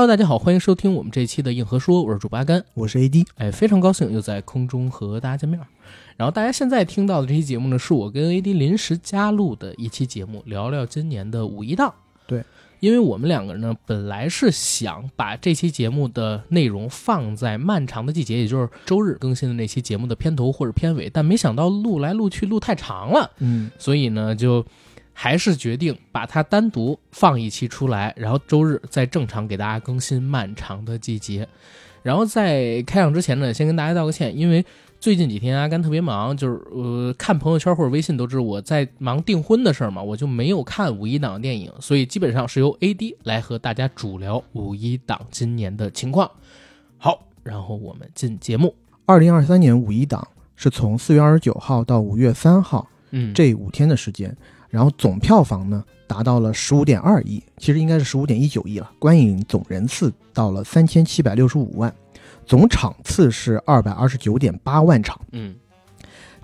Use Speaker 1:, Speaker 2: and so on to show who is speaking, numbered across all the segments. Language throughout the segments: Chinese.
Speaker 1: Hello，大家好，欢迎收听我们这期的硬核说，我是主播阿甘。
Speaker 2: 我是 AD，
Speaker 1: 哎，非常高兴又在空中和大家见面儿。然后大家现在听到的这期节目呢，是我跟 AD 临时加录的一期节目，聊聊今年的五一档。
Speaker 2: 对，
Speaker 1: 因为我们两个人呢，本来是想把这期节目的内容放在漫长的季节，也就是周日更新的那期节目的片头或者片尾，但没想到录来录去录太长了，
Speaker 2: 嗯，
Speaker 1: 所以呢，就还是决定把它单独放一期出来，然后周日再正常给大家更新《漫长的季节》。然后在开场之前呢，先跟大家道个歉，因为最近几天阿甘特别忙，就是呃看朋友圈或者微信都知道我在忙订婚的事儿嘛，我就没有看五一档的电影，所以基本上是由 AD 来和大家主聊五一档今年的情况。好，然后我们进节目。
Speaker 2: 二零二三年五一档是从四月二十九号到五月三号
Speaker 1: 嗯，
Speaker 2: 这五天的时间，然后总票房呢达到了十五点二亿，其实应该是十五点一九亿了，观影总人次到了三千七百六十五万，总场次是二百二十九点八万场，
Speaker 1: 嗯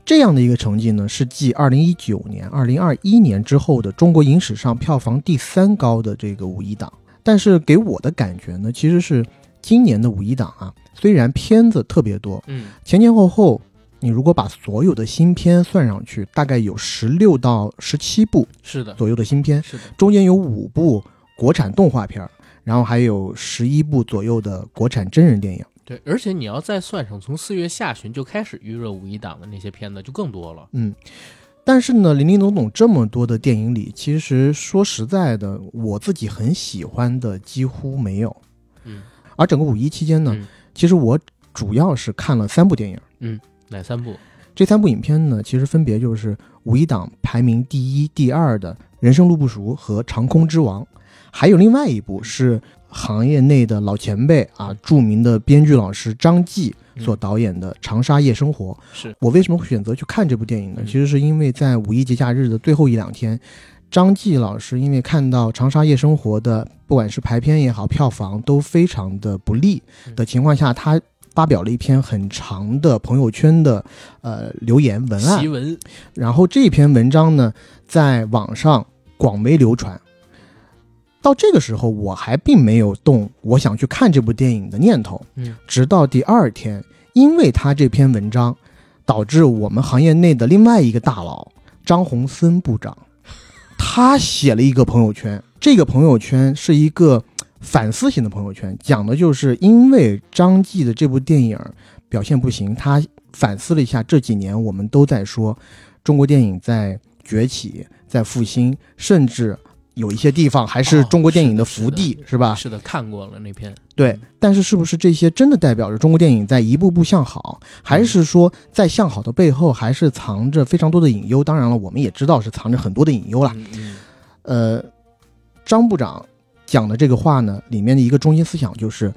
Speaker 2: 这样的一个成绩呢，是继二零一九年、二零二一年之后的中国影史上票房第三高的这个五一档。但是给我的感觉呢，其实是今年的五一档啊，虽然片子特别多，
Speaker 1: 嗯
Speaker 2: 前前后后，你如果把所有的新片算上去，大概有十六到十七部
Speaker 1: 是的，
Speaker 2: 左右的新片，
Speaker 1: 是的，
Speaker 2: 中间有五部国产动画片儿，然后还有十一部左右的国产真人电影。
Speaker 1: 对，而且你要再算上从四月下旬就开始预热五一档的那些片子，就更多了。
Speaker 2: 嗯，但是呢，林林总总这么多的电影里，其实说实在的，我自己很喜欢的几乎没有。
Speaker 1: 嗯，
Speaker 2: 而整个五一期间呢，
Speaker 1: 嗯
Speaker 2: 其实我主要是看了三部电影，
Speaker 1: 哪三部？
Speaker 2: 这三部影片呢，其实分别就是五一档排名第一、第二的《人生路不熟》和《长空之王》，还有另外一部是行业内的老前辈啊，著名的编剧老师张继所导演的《长沙夜生活》。
Speaker 1: 嗯是
Speaker 2: 我为什么会选择去看这部电影呢？
Speaker 1: 嗯
Speaker 2: 其实是因为在五一节假日的最后一两天，张继老师因为看到《长沙夜生活》的不管是排片也好，票房都非常的不利的情况下，他发表了一篇很长的朋友圈的呃留言文案
Speaker 1: 奇，闻，
Speaker 2: 然后这篇文章呢在网上广为流传。到这个时候，我还并没有动我想去看这部电影的念头。
Speaker 1: 嗯，
Speaker 2: 直到第二天，因为他这篇文章，导致我们行业内的另外一个大佬张宏森部长，他写了一个朋友圈。这个朋友圈是一个反思型的朋友圈，讲的就是因为张继的这部电影表现不行，他反思了一下这几年我们都在说中国电影在崛起、在复兴，甚至有一些地方还是
Speaker 1: 哦
Speaker 2: 中国电
Speaker 1: 是
Speaker 2: 影
Speaker 1: 的
Speaker 2: 的
Speaker 1: 是
Speaker 2: 福
Speaker 1: 的
Speaker 2: 地，是吧？
Speaker 1: 是的，看过了那篇。
Speaker 2: 对，但是是不是这些真的代表着中国电影在一步步向好，还是说在向好的背后还是藏着非常多的隐忧？当然了，我们也知道是藏着很多的隐忧了。
Speaker 1: 嗯嗯
Speaker 2: 呃，张部长讲的这个话呢，里面的一个中心思想就是，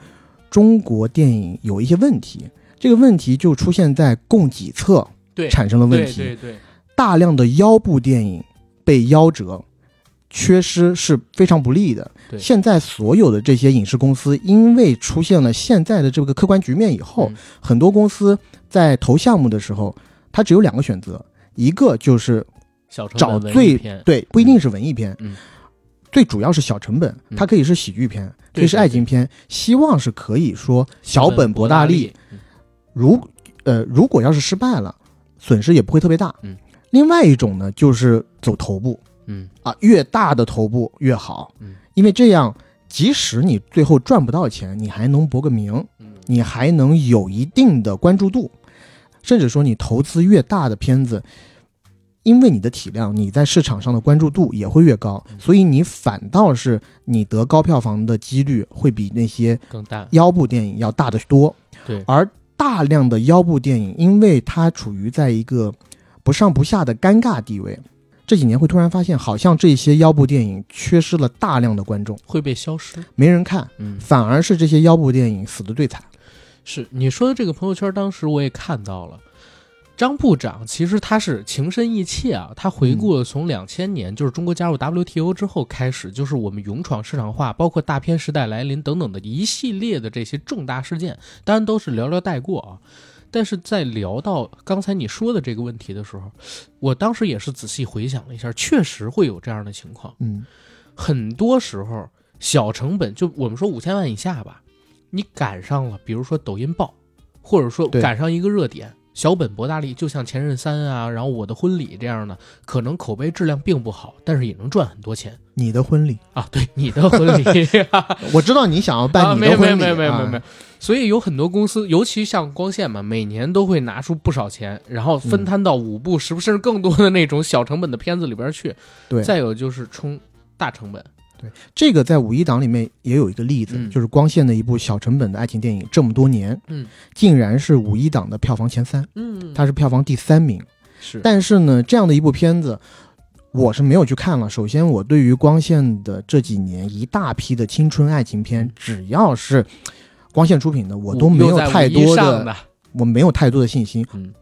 Speaker 2: 中国电影有一些问题，这个问题就出现在供给侧
Speaker 1: 对，
Speaker 2: 产生了问
Speaker 1: 对
Speaker 2: 题。
Speaker 1: 对对，
Speaker 2: 大量的腰部电影被夭折、缺失是非常不利的。
Speaker 1: 对
Speaker 2: 现在所有的这些影视公司，因为出现了现在的这个客观局面以后，
Speaker 1: 嗯
Speaker 2: 很多公司在投项目的时候，它只有两个选择，一个就是
Speaker 1: 小成
Speaker 2: 找
Speaker 1: 本文艺
Speaker 2: 最
Speaker 1: 片，
Speaker 2: 对，不一定是文艺片，
Speaker 1: 嗯
Speaker 2: 最主要是小成本，
Speaker 1: 嗯
Speaker 2: 它可以是喜剧片，
Speaker 1: 对
Speaker 2: 可以是
Speaker 1: 对
Speaker 2: 爱情片，希望是可以说小本博大利，。
Speaker 1: 嗯
Speaker 2: 如呃，如果要是失败了，损失也不会特别大。
Speaker 1: 嗯，
Speaker 2: 另外一种呢，就是走头部
Speaker 1: 嗯
Speaker 2: 啊，越大的头部越好，
Speaker 1: 嗯
Speaker 2: 因为这样，即使你最后赚不到钱，你还能博个名，
Speaker 1: 嗯，
Speaker 2: 你还能有一定的关注度，甚至说你投资越大的片子。因为你的体量，你在市场上的关注度也会越高，
Speaker 1: 嗯
Speaker 2: 所以你反倒是你得高票房的几率会比那些
Speaker 1: 更大。
Speaker 2: 腰部电影要大得多。
Speaker 1: 对
Speaker 2: 而大量的腰部电影，因为它处于在一个不上不下的尴尬地位，这几年会突然发现，好像这些腰部电影缺失了大量的观众，
Speaker 1: 会被消失。
Speaker 2: 没人看，
Speaker 1: 嗯，
Speaker 2: 反而是这些腰部电影死的最惨。
Speaker 1: 是你说的这个朋友圈，当时我也看到了。张部长其实他是情深意切啊，他回顾了从两千年，就是中国加入 WTO 之后开始，就是我们勇闯市场化，包括大片时代来临等等的一系列的这些重大事件，当然都是寥寥带过啊。但是在聊到刚才你说的这个问题的时候，我当时也是仔细回想了一下，确实会有这样的情况。
Speaker 2: 嗯
Speaker 1: 很多时候小成本，就我们说五千万以下吧，你赶上了，比如说抖音爆，或者说
Speaker 2: 对
Speaker 1: 赶上一个热点，小本博大利，就像《前任三》啊，然后《我的婚礼》这样的，可能口碑质量并不好，但是也能赚很多 钱
Speaker 2: 你的婚礼，
Speaker 1: 啊。对，你的婚礼，
Speaker 2: 我知道你想要
Speaker 1: 啊，
Speaker 2: 办你
Speaker 1: 没
Speaker 2: 的
Speaker 1: 有没有
Speaker 2: 婚礼，
Speaker 1: 没有没有
Speaker 2: 啊
Speaker 1: 没有没有，所以有很多公司，尤其像光线嘛，每年都会拿出不少钱，然后分摊到五部，甚至更多的那种小成本的片子里边去。
Speaker 2: 对
Speaker 1: 再有就是冲大成本，
Speaker 2: 这个在五一档里面也有一个例子，
Speaker 1: 嗯
Speaker 2: 就是光线的一部小成本的爱情电影，这么多年，
Speaker 1: 嗯，
Speaker 2: 竟然是五一档的票房前三，
Speaker 1: 嗯
Speaker 2: 它是票房第三名。
Speaker 1: 是
Speaker 2: 但是呢，这样的一部片子，我是没有去看了。首先，我对于光线的这几年一大批的青春爱情片，
Speaker 1: 嗯
Speaker 2: 只要是光线出品的，我都没有太多
Speaker 1: 的
Speaker 2: 的，我没有太多的信心。
Speaker 1: 嗯，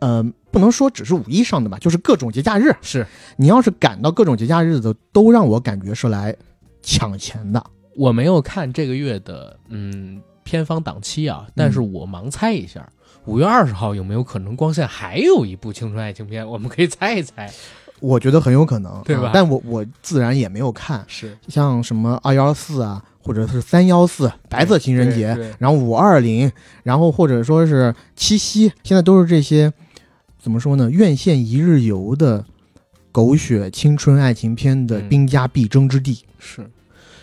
Speaker 2: 呃，不能说只是五一上的吧，就是各种节假日，
Speaker 1: 是
Speaker 2: 你要是赶到各种节假日的，都让我感觉是来抢钱的。
Speaker 1: 我没有看这个月的嗯片方档期啊，但
Speaker 2: 嗯
Speaker 1: 是我盲猜一下，五、月二十号有没有可能光线还有一部青春爱情片？我们可以猜一 猜，
Speaker 2: 我觉得很有可能，
Speaker 1: 对吧
Speaker 2: 啊但我我自然也没有看，
Speaker 1: 是
Speaker 2: 像什么二幺四啊，或者是三幺四白色情人节，
Speaker 1: 节，
Speaker 2: 然后五二零，然后或者说是七夕，现在都是这些怎么说呢？院线一日游的狗血青春爱情片的
Speaker 1: 嗯
Speaker 2: 兵家必争之地。
Speaker 1: 是。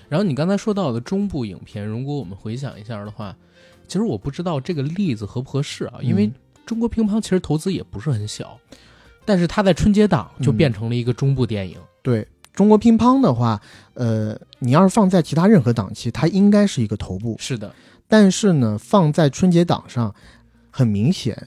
Speaker 1: 然后你刚才说到的中部影片，如果我们回想一下的话，其实我不知道这个例子合不合适啊，因为
Speaker 2: 嗯
Speaker 1: 中国乒乓其实投资也不是很小，但是它在春节档就
Speaker 2: 嗯
Speaker 1: 变成了一个中部电影。
Speaker 2: 对中国乒乓的话，呃，你要是放在其他任何档期，它应该是一个头部，
Speaker 1: 是的，
Speaker 2: 但是呢，放在春节档上，很明显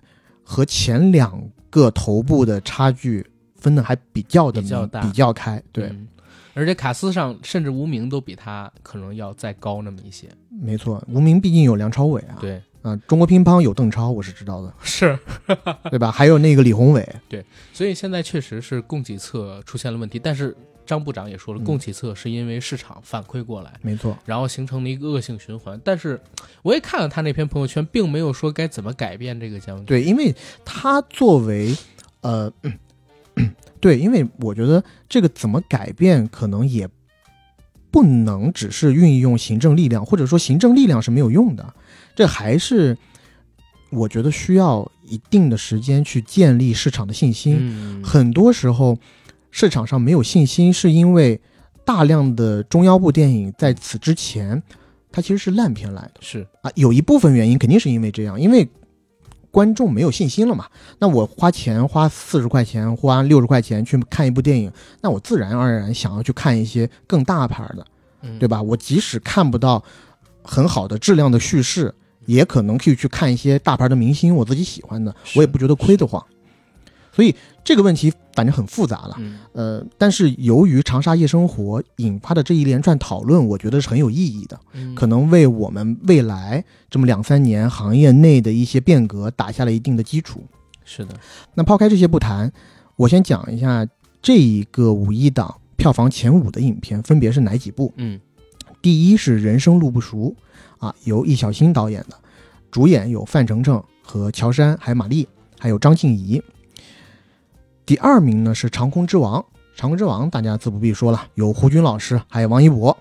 Speaker 2: 和前两个头部的差距分的还比较的
Speaker 1: 比较大
Speaker 2: 比较开。对，
Speaker 1: 嗯而且卡斯上甚至无名都比他可能要再高那么一些。
Speaker 2: 没错，无名毕竟有梁朝伟啊，
Speaker 1: 对，，
Speaker 2: 啊，中国乒乓有邓超， 我是知道的
Speaker 1: 是，
Speaker 2: 对吧？还有那个李宏伟，
Speaker 1: 所以现在确实是供给侧出现了问题，但是张部长也说了，
Speaker 2: 嗯
Speaker 1: 供给侧是因为市场反馈过来，
Speaker 2: 没错，
Speaker 1: 然后形成了一个恶性循环。但是我也看了他那篇朋友圈，并没有说该怎么改变这个僵局。
Speaker 2: 对，因为他作为，呃，嗯嗯对，因为我觉得这个怎么改变，可能也不能只是运用行政力量，或者说行政力量是没有用的，这还是我觉得需要一定的时间去建立市场的信心。
Speaker 1: 嗯，
Speaker 2: 很多时候市场上没有信心，是因为大量的中腰部电影在此之前，它其实是烂片来的
Speaker 1: 是
Speaker 2: 啊。有一部分原因肯定是因为这样，因为观众没有信心了嘛。那我花钱花四十块钱，花六十块钱去看一部电影，那我自然而然想要去看一些更大牌的，
Speaker 1: 嗯
Speaker 2: 对吧？我即使看不到很好的质量的叙事。也可能去去看一些大牌的明星，我自己喜欢的，我也不觉得亏得慌。所以这个问题反正很复杂了。
Speaker 1: 嗯，
Speaker 2: 呃，但是由于长沙夜生活引发的这一连串讨论，我觉得是很有意义的，
Speaker 1: 嗯
Speaker 2: 可能为我们未来这么两三年行业内的一些变革打下了一定的基础。
Speaker 1: 是的，
Speaker 2: 那抛开这些不谈，我先讲一下这一个五一档票房前五的影片分别是哪几部。
Speaker 1: 嗯
Speaker 2: 第一是《人生路不熟》，啊，由易小星导演的，主演有范丞丞和乔杉，还有马丽，还有张婧仪。第二名呢是《长空之王》，《长空之王》大家自不必说了，有胡军老师，还有王一博，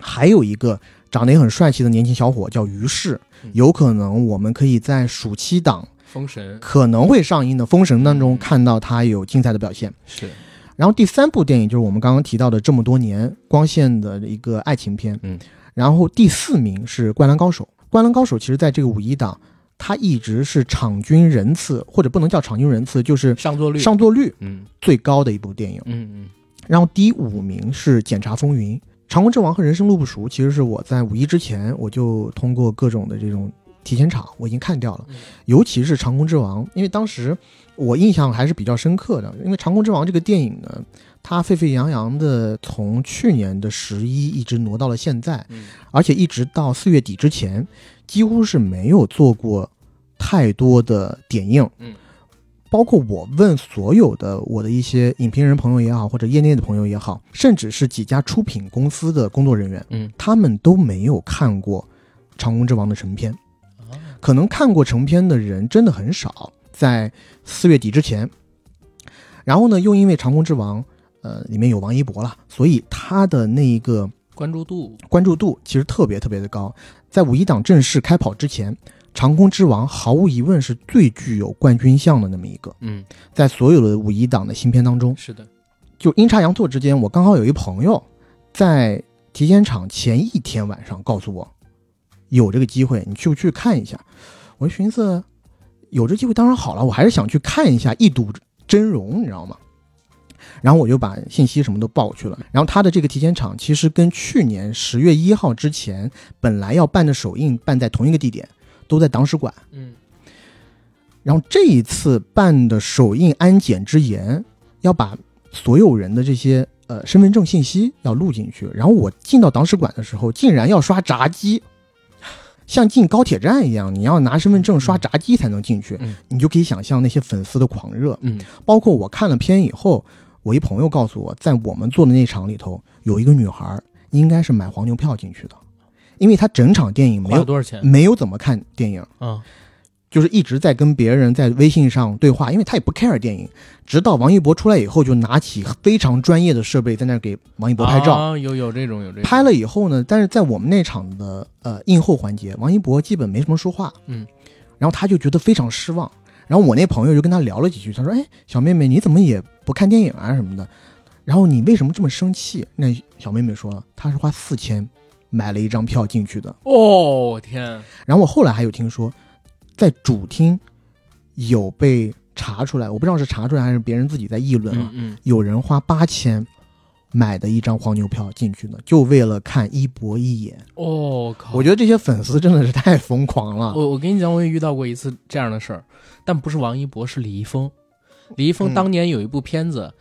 Speaker 2: 还有一个长得也很帅气的年轻小伙叫于适
Speaker 1: 嗯，
Speaker 2: 有可能我们可以在暑期档
Speaker 1: 封神
Speaker 2: 可能会上映的《封神》当中
Speaker 1: 嗯
Speaker 2: 看到他有精彩的表现。
Speaker 1: 是
Speaker 2: 然后第三部电影就是我们刚刚提到的这么多年光线的一个爱情片，
Speaker 1: 嗯，
Speaker 2: 然后第四名是《灌篮高手》。《灌篮高手》其实在这个五一档，它一直是场均人次或者不能叫场均人次，就是
Speaker 1: 上座率，
Speaker 2: 上座率
Speaker 1: 嗯
Speaker 2: 最高的一部电影。
Speaker 1: 嗯嗯
Speaker 2: 然后第五名是《检察风云》。《长空之王》和《人生路不熟》其实是我在五一之前我就通过各种的这种提前场我已经看掉了，
Speaker 1: 嗯
Speaker 2: 尤其是《长空之王》，因为当时我印象还是比较深刻的，因为《长空之王》这个电影呢，它沸沸扬扬的从去年的十一一直挪到了现在，
Speaker 1: 嗯，
Speaker 2: 而且一直到四月底之前，几乎是没有做过太多的点映。
Speaker 1: 嗯，
Speaker 2: 包括我问所有的我的一些影评人朋友也好，或者业内的朋友也好，甚至是几家出品公司的工作人员，
Speaker 1: 嗯，
Speaker 2: 他们都没有看过《长空之王》的成片。
Speaker 1: 啊
Speaker 2: 可能看过成片的人真的很少，在四月底之前。然后呢，又因为《长空之王》呃里面有王一博了，所以他的那一个
Speaker 1: 关注度，
Speaker 2: 关注度其实特别特别的高。在五一档正式开跑之前，《长空之王》毫无疑问是最具有冠军相的那么一个，
Speaker 1: 嗯，
Speaker 2: 在所有的五一档的新片当中，
Speaker 1: 是的，
Speaker 2: 就阴差阳错之间，我刚好有一朋友在体检场前一天晚上告诉我，有这个机会，你去不去看一下？我就寻思，有这机会当然好了，我还是想去看一下，一睹真容，你知道吗？然后我就把信息什么都报去了。然后他的这个体检场其实跟去年十月一号之前本来要办的首映办在同一个地点，都在党史馆。
Speaker 1: 嗯
Speaker 2: 然后这一次办的首映安检之言，要把所有人的这些呃身份证信息要录进去。然后我进到党史馆的时候，竟然要刷闸机，像进高铁站一样，你要拿身份证刷闸机才能进去
Speaker 1: 嗯。
Speaker 2: 你就可以想象那些粉丝的狂热。
Speaker 1: 嗯，
Speaker 2: 包括我看了片以后，我一朋友告诉我，在我们做的那场里头，有一个女孩应该是买黄牛票进去的，因为她整场电影没
Speaker 1: 花了
Speaker 2: 有
Speaker 1: 多少钱？
Speaker 2: 没有怎么看电影。
Speaker 1: 啊，
Speaker 2: 就是一直在跟别人在微信上对话，因为他也不 care 电影。直到王一博出来以后，就拿起非常专业的设备在那儿给王一博拍照。
Speaker 1: 啊有有这种有这种
Speaker 2: 拍了以后呢，但是在我们那场的呃映后环节，王一博基本没什么说话，
Speaker 1: 嗯，
Speaker 2: 然后他就觉得非常失望。然后我那朋友就跟他聊了几句，他说：“哎，小妹妹，你怎么也不看电影啊什么的？然后你为什么这么生气？”那小妹妹说了，她是花四千买了一张票进去的，
Speaker 1: 哦天，
Speaker 2: 然后我后来还有听说，在主厅有被查出来，我不知道是查出来还是别人自己在议论啊，
Speaker 1: 嗯
Speaker 2: 有人花八千买的一张黄牛票进去的，就为了看一博一眼。
Speaker 1: 嗯，哦靠，
Speaker 2: 我觉得这些粉丝真的是太疯狂了。
Speaker 1: 我我跟你讲，我也遇到过一次这样的事儿，但不是王一博，是李易峰。李易峰
Speaker 2: 嗯
Speaker 1: 当年有一部片子，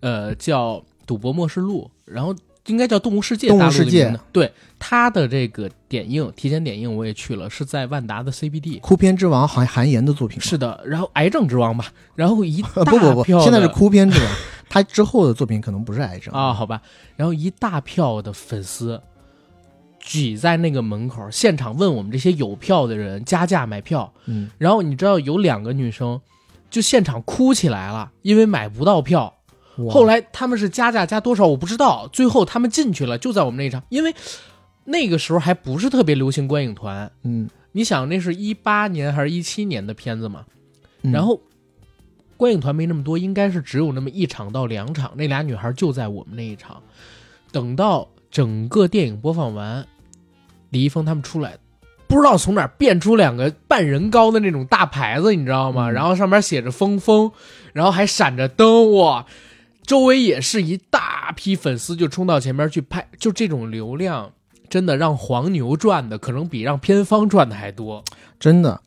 Speaker 1: 呃，叫《赌博默示录》，然后应该叫《动物世界》。
Speaker 2: 动物
Speaker 1: 大陆的
Speaker 2: 世界
Speaker 1: 名字对他的这个点映提前点映我也去了，是在万达的 CBD。
Speaker 2: 哭片之王韩韩岩的作品
Speaker 1: 是的，然后《癌症之王》吧，然后一大
Speaker 2: 呃 不
Speaker 1: 票的、
Speaker 2: 不不，现在是哭片之王，他之后的作品可能不是癌症
Speaker 1: 啊，。好吧，然后一大票的粉丝挤在那个门口，现场问我们这些有票的人加价买票，
Speaker 2: 嗯，
Speaker 1: 然后你知道有两个女生就现场哭起来了，因为买不到票。
Speaker 2: 哇
Speaker 1: 后来他们是加价加多少我不知道，最后他们进去了，就在我们那一场，因为那个时候还不是特别流行观影团。
Speaker 2: 嗯，
Speaker 1: 你想，那是一八年还是一七年的片子嘛？
Speaker 2: 嗯
Speaker 1: 然后观影团没那么多，应该是只有那么一场到两场。那俩女孩就在我们那一场。等到整个电影播放完，李易峰他们出来，不知道从哪儿变出两个半人高的那种大牌子，你知道吗？
Speaker 2: 嗯
Speaker 1: 然后上面写着“峰峰”，然后还闪着灯，哇！周围也是一大批粉丝就冲到前面去拍，就这种流量，真的让黄牛赚的可能比让片方赚的还多。
Speaker 2: 真的。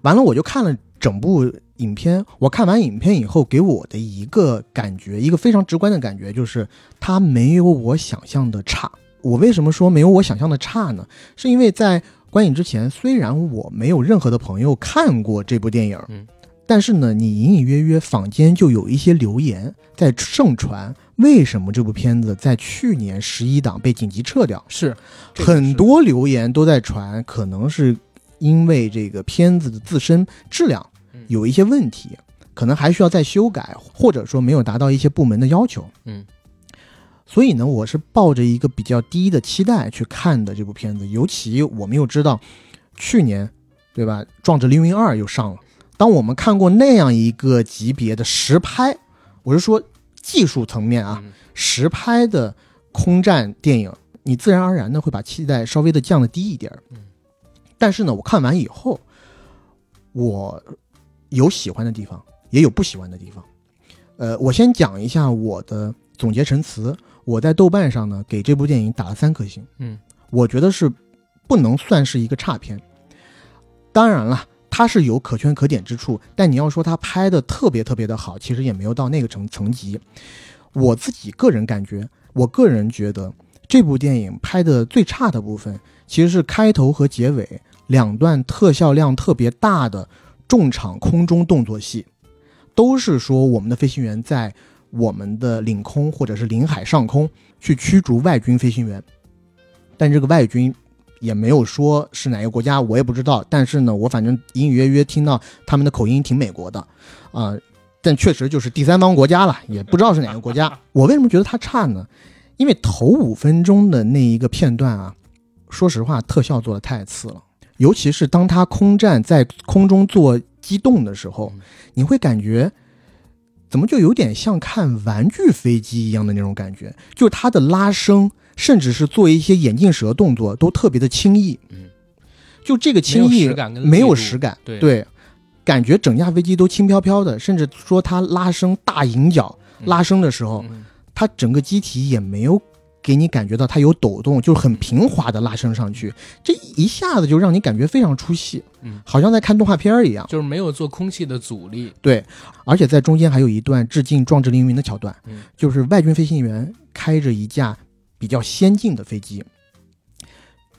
Speaker 2: 完了，我就看了整部影片。我看完影片以后，给我的一个感觉，一个非常直观的感觉，就是它没有我想象的差。我为什么说没有我想象的差呢？是因为在观影之前，虽然我没有任何的朋友看过这部电影，
Speaker 1: 嗯
Speaker 2: 但是呢，你隐隐约约坊间就有一些流言在盛传，为什么这部片子在去年十一档被紧急撤掉？
Speaker 1: 是，这个
Speaker 2: 很
Speaker 1: 是
Speaker 2: 多留言都在传，可能是因为这个片子的自身质量
Speaker 1: 嗯
Speaker 2: 有一些问题，可能还需要再修改，或者说没有达到一些部门的要求。
Speaker 1: 嗯，
Speaker 2: 所以呢，我是抱着一个比较低的期待去看的这部片子，尤其我们又知道去年对吧，《壮志凌云二》又上了。当我们看过那样一个级别的实拍，我是说技术层面啊，
Speaker 1: 嗯
Speaker 2: 实拍的空战电影，你自然而然的会把期待稍微的降的低一点儿
Speaker 1: 嗯。
Speaker 2: 但是呢，我看完以后，我有喜欢的地方，也有不喜欢的地方。呃，我先讲一下我的总结陈词。我在豆瓣上呢，给这部电影打了三颗星。
Speaker 1: 嗯，
Speaker 2: 我觉得是不能算是一个差片。当然了，它是有可圈可点之处，但你要说它拍的特别特别的好，其实也没有到那个层层级。我自己个人感觉，我个人觉得这部电影拍的最差的部分，其实是开头和结尾两段特效量特别大的重场空中动作戏，都是说我们的飞行员在我们的领空或者是领海上空去驱逐外军飞行员，但这个外军。也没有说是哪个国家，我也不知道。但是呢，我反正隐隐约约听到他们的口音挺美国的，啊、 但确实就是第三方国家了，也不知道是哪个国家。我为什么觉得它差呢？因为头五分钟的那一个片段啊，说实话，特效做的太次了。尤其是当他空战在空中做机动的时候
Speaker 1: 嗯，
Speaker 2: 你会感觉怎么就有点像看玩具飞机一样的那种感觉，就是他的拉升，甚至是做一些眼镜蛇动作都特别的轻易。
Speaker 1: 嗯，
Speaker 2: 就这个轻
Speaker 1: 没有
Speaker 2: 易
Speaker 1: 实感跟力
Speaker 2: 没有
Speaker 1: 度
Speaker 2: 实感，
Speaker 1: 对
Speaker 2: 感觉整架飞机都轻飘飘的，甚至说他拉升大引脚
Speaker 1: 嗯
Speaker 2: 拉升的时候，
Speaker 1: 嗯
Speaker 2: 它整个机体也没有给你感觉到它有抖动，就是很平滑的拉升上去，这一下子就让你感觉非常出戏，
Speaker 1: 嗯
Speaker 2: 好像在看动画片儿一样。
Speaker 1: 就是没有做空气的阻力，
Speaker 2: 对，而且在中间还有一段致敬《壮志凌云》的桥段，
Speaker 1: 嗯
Speaker 2: 就是外军飞行员开着一架比较先进的飞机，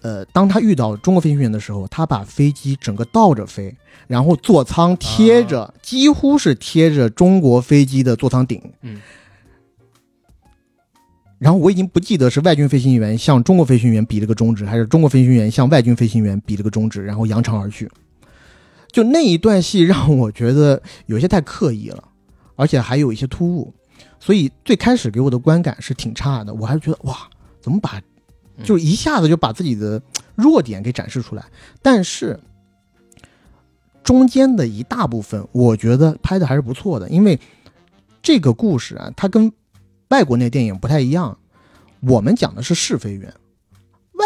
Speaker 2: 呃，当他遇到中国飞行员的时候，他把飞机整个倒着飞，然后座舱贴着，几乎是贴着中国飞机的座舱顶。
Speaker 1: 嗯。
Speaker 2: 然后我已经不记得是外军飞行员向中国飞行员比了个中指，还是中国飞行员向外军飞行员比了个中指，然后扬长而去。就那一段戏让我觉得有些太刻意了，而且还有一些突兀，所以最开始给我的观感是挺差的。我还觉得哇，怎么把，
Speaker 1: 嗯
Speaker 2: 就是一下子就把自己的弱点给展示出来。但是中间的一大部分，我觉得拍的还是不错的，因为这个故事啊，它跟外国那电影不太一样，我们讲的是试飞员，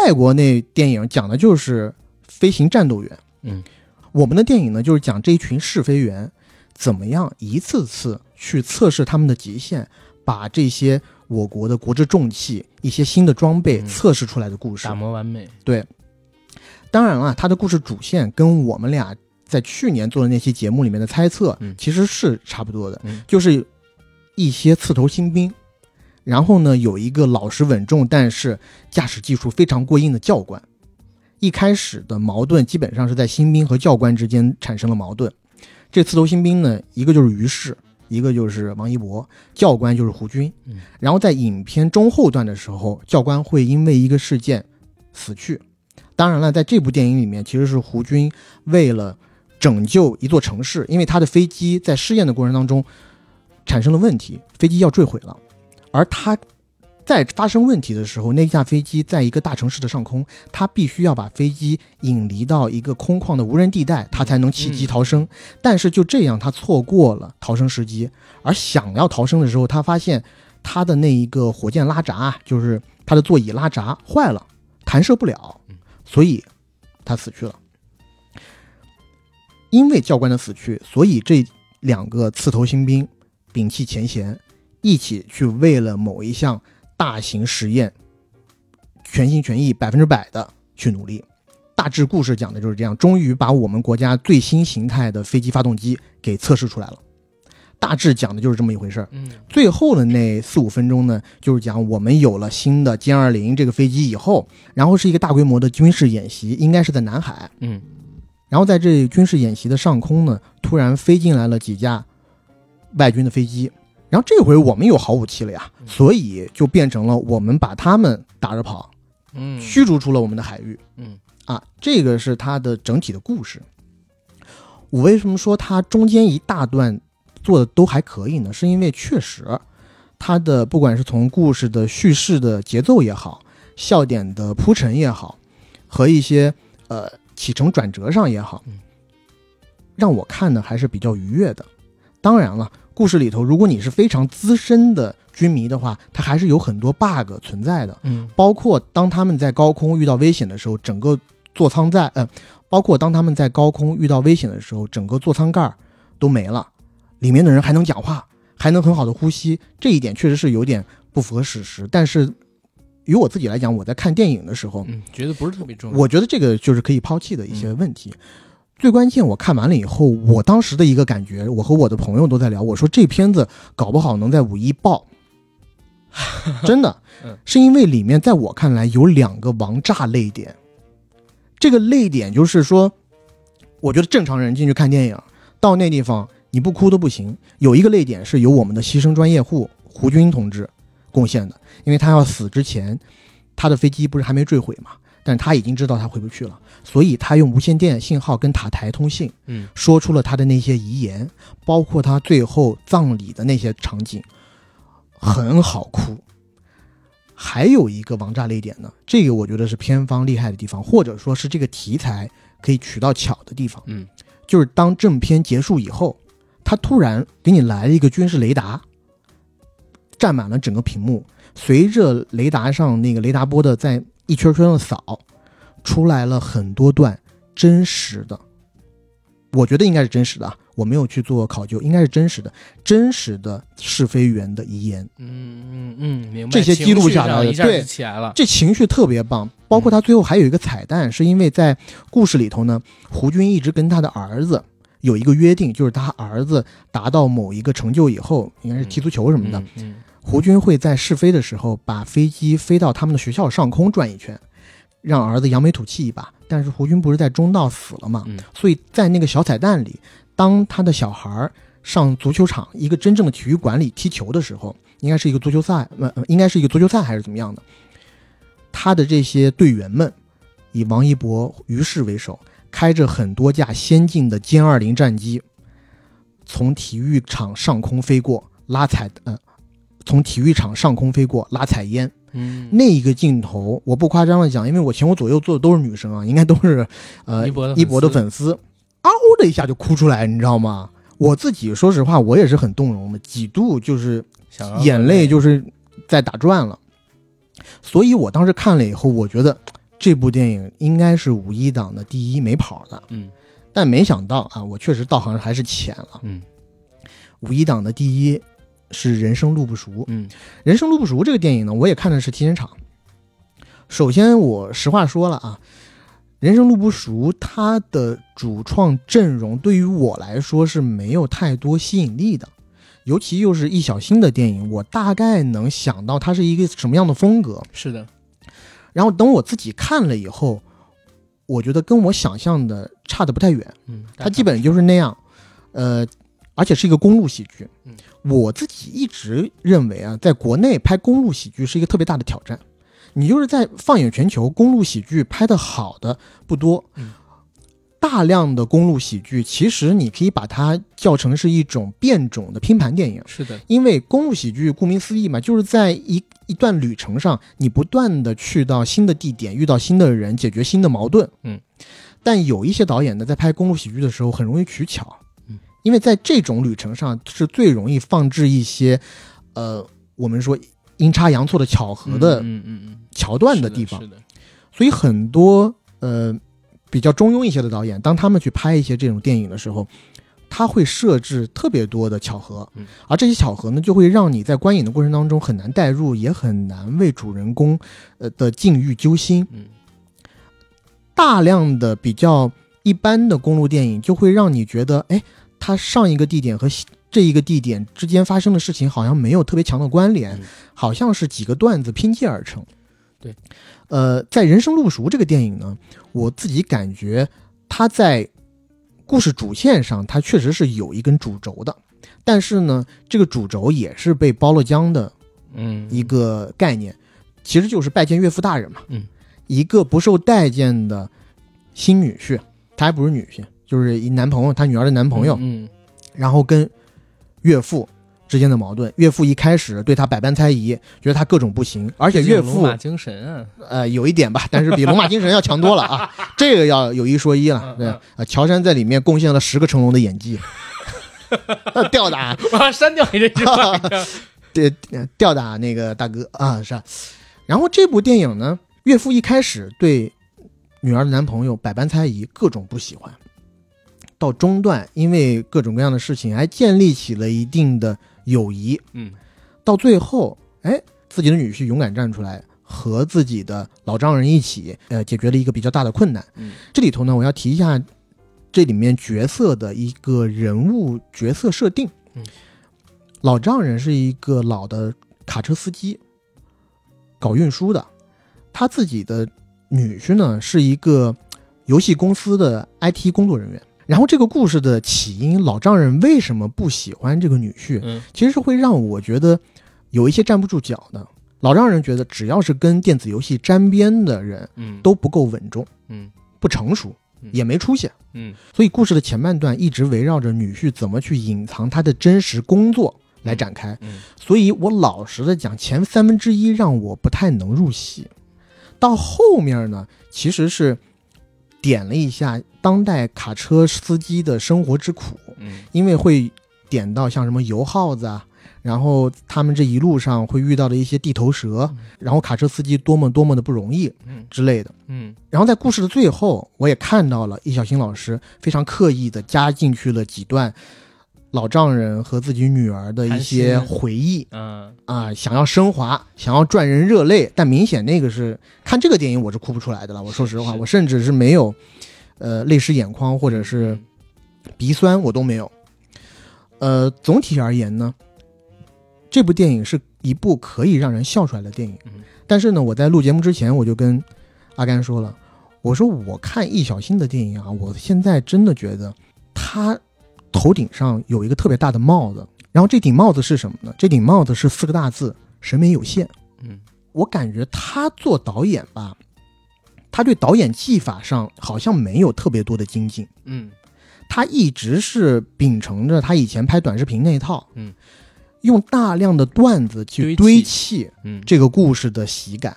Speaker 2: 外国那电影讲的就是飞行战斗员。
Speaker 1: 嗯，
Speaker 2: 我们的电影呢，就是讲这一群试飞员怎么样一次次去测试他们的极限，把这些我国的国之重器、一些新的装备
Speaker 1: 嗯
Speaker 2: 测试出来的故事。
Speaker 1: 打磨完美，
Speaker 2: 当然了，它的故事主线跟我们俩在去年做的那期节目里面的猜测，
Speaker 1: 嗯
Speaker 2: 其实是差不多的，
Speaker 1: 嗯
Speaker 2: 就是一些刺头新兵，然后呢有一个老实稳重，但是驾驶技术非常过硬的教官。一开始的矛盾基本上是在新兵和教官之间产生了矛盾。这刺头新兵呢，一个就是于适，一个就是王一博，教官就是胡军。
Speaker 1: 嗯
Speaker 2: 然后在影片中后段的时候，教官会因为一个事件死去。当然了，在这部电影里面，其实是胡军为了拯救一座城市，因为他的飞机在试验的过程当中产生了问题，飞机要坠毁了，而他。在发生问题的时候，那架飞机在一个大城市的上空，他必须要把飞机引离到一个空旷的无人地带，他才能弃机
Speaker 1: 嗯
Speaker 2: 逃生。但是就这样，他错过了逃生时机。而想要逃生的时候，他发现他的那一个火箭拉闸，就是他的座椅拉闸坏了，弹射不了
Speaker 1: 嗯，
Speaker 2: 所以他死去了。因为教官的死去，所以这两个刺头新兵摒弃前嫌，一起去为了某一项大型实验，全心全意、百分之百的去努力。大致故事讲的就是这样，终于把我们国家最新形态的飞机发动机给测试出来了。大致讲的就是这么一回事儿。
Speaker 1: 嗯
Speaker 2: 最后的那四五分钟呢，就是讲我们有了新的歼二零这个飞机以后，然后是一个大规模的军事演习，应该是在南海。
Speaker 1: 嗯
Speaker 2: 然后在这军事演习的上空呢，突然飞进来了几架外军的飞机。然后这回我们有好武器了呀，啊所以就变成了我们把他们打着跑，
Speaker 1: 嗯
Speaker 2: 驱逐出了我们的海域。
Speaker 1: 嗯
Speaker 2: 啊，这个是它的整体的故事。我为什么说它中间一大段做的都还可以呢？是因为确实，它的不管是从故事的叙事的节奏也好，笑点的铺陈也好，和一些呃起承转折上也好
Speaker 1: 嗯，
Speaker 2: 让我看的还是比较愉悦的。当然了，故事里头，如果你是非常资深的军迷的话，它还是有很多 bug 存在的。
Speaker 1: 嗯
Speaker 2: 包括当他们在高空遇到危险的时候，整个座舱在呃，包括当他们在高空遇到危险的时候，整个座舱盖儿都没了，里面的人还能讲话，还能很好的呼吸，这一点确实是有点不符合史实。但是，于我自己来讲，我在看电影的时候，
Speaker 1: 嗯，觉得不是特别重要，嗯
Speaker 2: 我觉得这个就是可以抛弃的一些问题。最关键，我看完了以后，我当时的一个感觉，我和我的朋友都在聊，我说这片子搞不好能在五一 爆，真的
Speaker 1: 嗯，
Speaker 2: 是因为里面在我看来有两个王炸泪点。这个泪点就是说，我觉得正常人进去看电影，到那地方你不哭都不行。有一个泪点是由我们的牺牲专业户胡军同志贡献的，因为他要死之前，他的飞机不是还没坠毁嘛，但是他已经知道他回不去了，所以他用无线电信号跟塔台通信，
Speaker 1: 嗯
Speaker 2: 说出了他的那些遗言，包括他最后葬礼的那些场景，很好哭。还有一个王炸泪点呢，这个我觉得是片方厉害的地方，或者说是这个题材可以取到巧的地方，
Speaker 1: 嗯，
Speaker 2: 就是当正片结束以后，他突然给你来了一个军事雷达，占满了整个屏幕，随着雷达上那个雷达波的在一圈圈的扫，出来了很多段真实的，我觉得应该是真实的啊，我没有去做考究，应该是真实的，真实的试飞员的遗言。
Speaker 1: 嗯嗯嗯，明白。
Speaker 2: 这些记录下来
Speaker 1: 情绪上一
Speaker 2: 的
Speaker 1: 下就
Speaker 2: 对
Speaker 1: 起来了。
Speaker 2: 这情绪特别棒。包括他最后还有一个彩蛋，是因为在故事里头呢，胡军一直跟他的儿子有一个约定，就是他儿子达到某一个成就以后，应该是踢足球什么的，
Speaker 1: 嗯嗯
Speaker 2: 胡军会在试飞的时候把飞机飞到他们的学校上空转一圈，让儿子扬眉吐气一把。但是胡军不是在中道死了嘛，
Speaker 1: 嗯
Speaker 2: 所以在那个小彩蛋里，当他的小孩儿上足球场一个真正的体育馆里踢球的时候，应该是一个足球赛，呃，呃应该是一个足球赛还是怎么样的？他的这些队员们以王一博、于适为首，开着很多架先进的歼二零战机，从体育场上空飞过，拉彩呃，从体育场上空飞过，拉彩烟。
Speaker 1: 嗯，
Speaker 2: 那一个镜头，我不夸张的讲，因为我前后左右坐的都是女生啊，应该都是呃
Speaker 1: 一博的
Speaker 2: 一博的
Speaker 1: 粉
Speaker 2: 粉丝，嗷的一下就哭出来，你知道吗？我自己说实话，我也是很动容的，几度就是
Speaker 1: 丝想要
Speaker 2: 眼泪就是在打转了。所以我当时看了以后，我觉得这部电影应该是五一档的第一没跑的，
Speaker 1: 嗯
Speaker 2: 但没想到啊，我确实道行还是浅了。
Speaker 1: 嗯
Speaker 2: 五一档的第一是《人生路不熟》，
Speaker 1: 嗯
Speaker 2: 《人生路不熟》这个电影呢，我也看的是提前场。首先，我实话说了啊，《人生路不熟》它的主创阵容对于我来说是没有太多吸引力的，尤其又是易小星的电影，我大概能想到它是一个什么样的风格。
Speaker 1: 是的，
Speaker 2: 然后等我自己看了以后，我觉得跟我想象的差的不太远。
Speaker 1: 嗯，
Speaker 2: 它基本就是那样，呃，而且是一个公路喜剧
Speaker 1: 嗯。
Speaker 2: 我自己一直认为啊，在国内拍公路喜剧是一个特别大的挑战。你就是在放眼全球，公路喜剧拍的好的不多
Speaker 1: 嗯，
Speaker 2: 大量的公路喜剧其实你可以把它叫成是一种变种的拼盘电影。
Speaker 1: 是的，
Speaker 2: 因为公路喜剧顾名思义嘛，就是在一一段旅程上，你不断的去到新的地点，遇到新的人，解决新的矛盾。
Speaker 1: 嗯，
Speaker 2: 但有一些导演呢，在拍公路喜剧的时候，很容易取巧。
Speaker 1: 嗯，
Speaker 2: 因为在这种旅程上，是最容易放置一些，呃，我们说阴差阳错的巧合的
Speaker 1: 嗯嗯嗯，
Speaker 2: 桥段
Speaker 1: 的
Speaker 2: 的地方。
Speaker 1: 是的，
Speaker 2: 所以很多呃比较中庸一些的导演，当他们去拍一些这种电影的时候，他会设置特别多的巧合
Speaker 1: 嗯，
Speaker 2: 而这些巧合呢，就会让你在观影的过程当中很难代入，也很难为主人公呃的境遇揪心。
Speaker 1: 嗯
Speaker 2: 大量的比较一般的公路电影，就会让你觉得，哎，它上一个地点和西这一个地点之间发生的事情好像没有特别强的关联，
Speaker 1: 嗯
Speaker 2: 好像是几个段子拼接而成。
Speaker 1: 对，
Speaker 2: 呃，在《人生路熟》这个电影呢，我自己感觉它在故事主线上，它确实是有一根主轴的，但是呢，这个主轴也是被包了浆的
Speaker 1: 嗯
Speaker 2: 一个概念，其实就是拜见岳父大人嘛。
Speaker 1: 嗯，
Speaker 2: 一个不受待见的新女婿，他还不是女婿，就是一男朋友，他女儿的男朋友，
Speaker 1: 嗯
Speaker 2: 然后跟岳父之间的矛盾。岳父一开始对他百般猜疑，觉得他各种不行，而且
Speaker 1: 毕
Speaker 2: 岳
Speaker 1: 竟龙
Speaker 2: 父
Speaker 1: 马精神啊，
Speaker 2: 呃有一点吧，但是比龙马精神要强多了啊，这个要有一说一了。对，呃，乔杉在里面贡献了十个成龙的演技。 呃吊打
Speaker 1: 我要删掉你这句 话，
Speaker 2: 对，呃吊打那个大哥啊，是啊。然后这部电影呢，岳父一开始对女儿的男朋友百般猜疑，各种不喜欢，到中段因为各种各样的事情，还建立起了一定的友谊。
Speaker 1: 嗯
Speaker 2: 到最后，哎，自己的女婿勇敢站出来，和自己的老丈人一起，呃，解决了一个比较大的困难。
Speaker 1: 嗯
Speaker 2: 这里头呢，我要提一下这里面角色的一个人物角色设定。
Speaker 1: 嗯，
Speaker 2: 老丈人是一个老的卡车司机，搞运输的。他自己的女婿呢是一个游戏公司的 IT 工作人员。然后这个故事的起因，老丈人为什么不喜欢这个女婿？
Speaker 1: 嗯
Speaker 2: 其实是会让我觉得有一些站不住脚的。老让人觉得只要是跟电子游戏沾边的人
Speaker 1: 嗯
Speaker 2: 都不够稳重。
Speaker 1: 嗯
Speaker 2: 不成熟
Speaker 1: 嗯，
Speaker 2: 也没出息。
Speaker 1: 嗯
Speaker 2: 所以故事的前半段一直围绕着女婿怎么去隐藏他的真实工作来展开。
Speaker 1: 嗯
Speaker 2: 所以我老实的讲，前三分之一让我不太能入戏，到后面呢，其实是点了一下当代卡车司机的生活之苦，
Speaker 1: 嗯
Speaker 2: 因为会点到像什么油耗子啊，然后他们这一路上会遇到的一些地头蛇
Speaker 1: 嗯，
Speaker 2: 然后卡车司机多么多么的不容易
Speaker 1: 嗯
Speaker 2: 之类的。
Speaker 1: 嗯
Speaker 2: 然后在故事的最后，我也看到了易小星老师非常刻意的加进去了几段老丈人和自己女儿的一些
Speaker 1: 谈心
Speaker 2: 回忆
Speaker 1: 嗯
Speaker 2: 啊、想要升华，想要赚人热泪，但明显那个是看这个电影我是哭不出来的了。我说实话，
Speaker 1: 是
Speaker 2: 我甚至是没有呃泪湿眼眶或者是鼻酸，我都没有。呃，总体而言呢，这部电影是一部可以让人笑出来的电影。
Speaker 1: 嗯
Speaker 2: 但是呢，我在录节目之前，我就跟阿甘说了，我说我看易小星的电影啊，我现在真的觉得他头顶上有一个特别大的帽子，然后这顶帽子是什么呢？这顶帽子是四个大字：审美有限。
Speaker 1: 嗯
Speaker 2: 我感觉他做导演吧，他对导演技法上好像没有特别多的精进。
Speaker 1: 嗯
Speaker 2: 他一直是秉承着他以前拍短视频那一套，
Speaker 1: 嗯，
Speaker 2: 用大量的段子
Speaker 1: 堆
Speaker 2: 去堆
Speaker 1: 砌
Speaker 2: 砌
Speaker 1: 嗯
Speaker 2: 这个故事的喜感，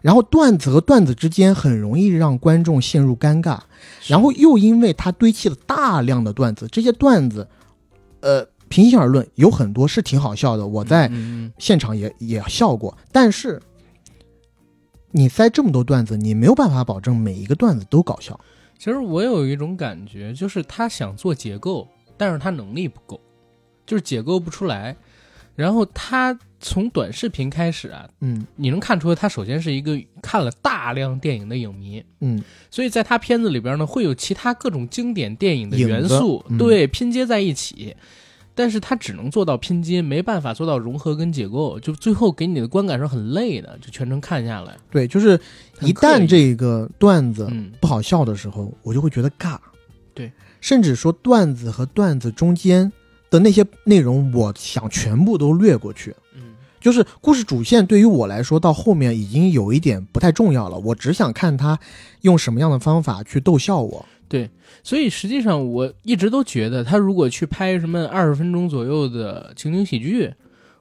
Speaker 2: 然后段子和段子之间很容易让观众陷入尴尬，然后又因为他堆砌了大量的段子，这些段子，呃，平心而论，有很多是挺好笑的，我在
Speaker 1: 嗯
Speaker 2: 现场也也笑过，但是。你塞这么多段子，你没有办法保证每一个段子都搞笑。
Speaker 1: 其实我有一种感觉，就是他想做结构，但是他能力不够，就是解构不出来。然后他从短视频开始啊，
Speaker 2: 嗯
Speaker 1: 你能看出来他首先是一个看了大量电影的影迷，
Speaker 2: 嗯，
Speaker 1: 所以在他片子里边呢，会有其他各种经典电影的
Speaker 2: 影子
Speaker 1: 元素，
Speaker 2: 嗯
Speaker 1: 对拼接在一起。但是他只能做到拼接，没办法做到融合跟解构，就最后给你的观感是很累的，就全程看下来。
Speaker 2: 对，就是
Speaker 1: 很
Speaker 2: 一
Speaker 1: 刻
Speaker 2: 旦
Speaker 1: 意
Speaker 2: 这个段子
Speaker 1: 嗯
Speaker 2: 不好笑的时候，我就会觉得尬。
Speaker 1: 对，
Speaker 2: 甚至说段子和段子中间的那些内容，我想全部都略过去。
Speaker 1: 嗯
Speaker 2: 就是故事主线对于我来说，到后面已经有一点不太重要了。我只想看他用什么样的方法去逗笑我。
Speaker 1: 所以实际上，我一直都觉得，他如果去拍什么二十分钟左右的情景喜剧，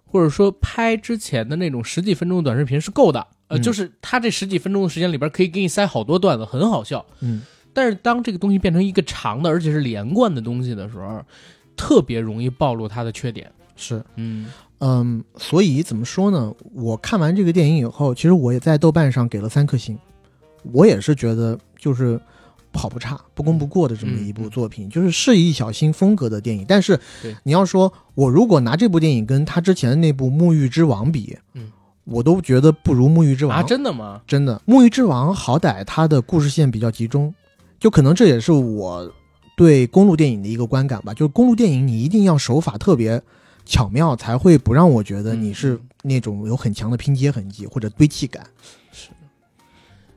Speaker 1: 或者说拍之前的那种十几分钟的短视频是够的。呃，
Speaker 2: 嗯
Speaker 1: 就是他这十几分钟的时间里边，可以给你塞好多段子，很好笑。
Speaker 2: 嗯，
Speaker 1: 但是当这个东西变成一个长的，而且是连贯的东西的时候，特别容易暴露它的缺点。
Speaker 2: 是，
Speaker 1: 嗯
Speaker 2: 嗯，所以怎么说呢？我看完这个电影以后，其实我也在豆瓣上给了三颗星，我也是觉得就是不好不差、不功不过的这
Speaker 1: 嗯
Speaker 2: 么一部作品，就是是易小星风格的电影。但是
Speaker 1: 对
Speaker 2: 你要说，我如果拿这部电影跟他之前的那部《沐浴之王》比，
Speaker 1: 嗯，
Speaker 2: 我都觉得不如《沐浴之王》
Speaker 1: 啊，真的吗？
Speaker 2: 真的，《沐浴之王》好歹它的故事线比较集中，就可能这也是我对公路电影的一个观感吧。就是公路电影，你一定要手法特别巧妙，才会不让我觉得你是那种有很强的拼接痕迹或者堆砌感。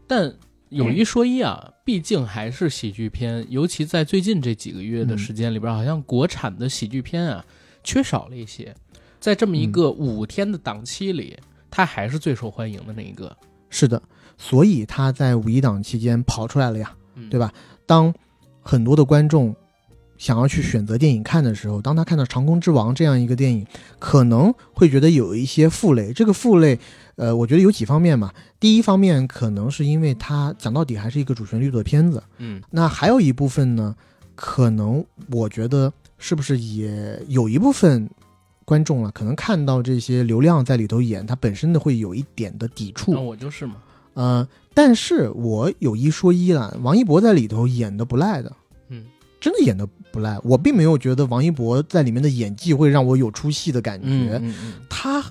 Speaker 1: 但有一说一啊，毕竟还是喜剧片，尤其在最近这几个月的时间里边，好像国产的喜剧片啊缺少了一些。在这么一个五天的档期里，它还是最受欢迎的那一个，
Speaker 2: 是的，所以他在五一档期间跑出来了呀，
Speaker 1: 嗯
Speaker 2: 对？吧？当很多的观众想要去选择电影看的时候，当他看到《长空之王》这样一个电影，可能会觉得有一些负累。这个负累，呃，我觉得有几方面嘛。第一方面，可能是因为它讲到底还是一个主旋律的片子。
Speaker 1: 嗯
Speaker 2: 那还有一部分呢，可能我觉得是不是也有一部分观众啊，可能看到这些流量在里头演，他本身的会有一点的抵触。
Speaker 1: 那我就是嘛，
Speaker 2: 呃，但是我有一说一啦，王一博在里头演的不赖的，
Speaker 1: 嗯，
Speaker 2: 真的演的不赖。我并没有觉得王一博在里面的演技会让我有出戏的感觉，
Speaker 1: 嗯嗯
Speaker 2: 他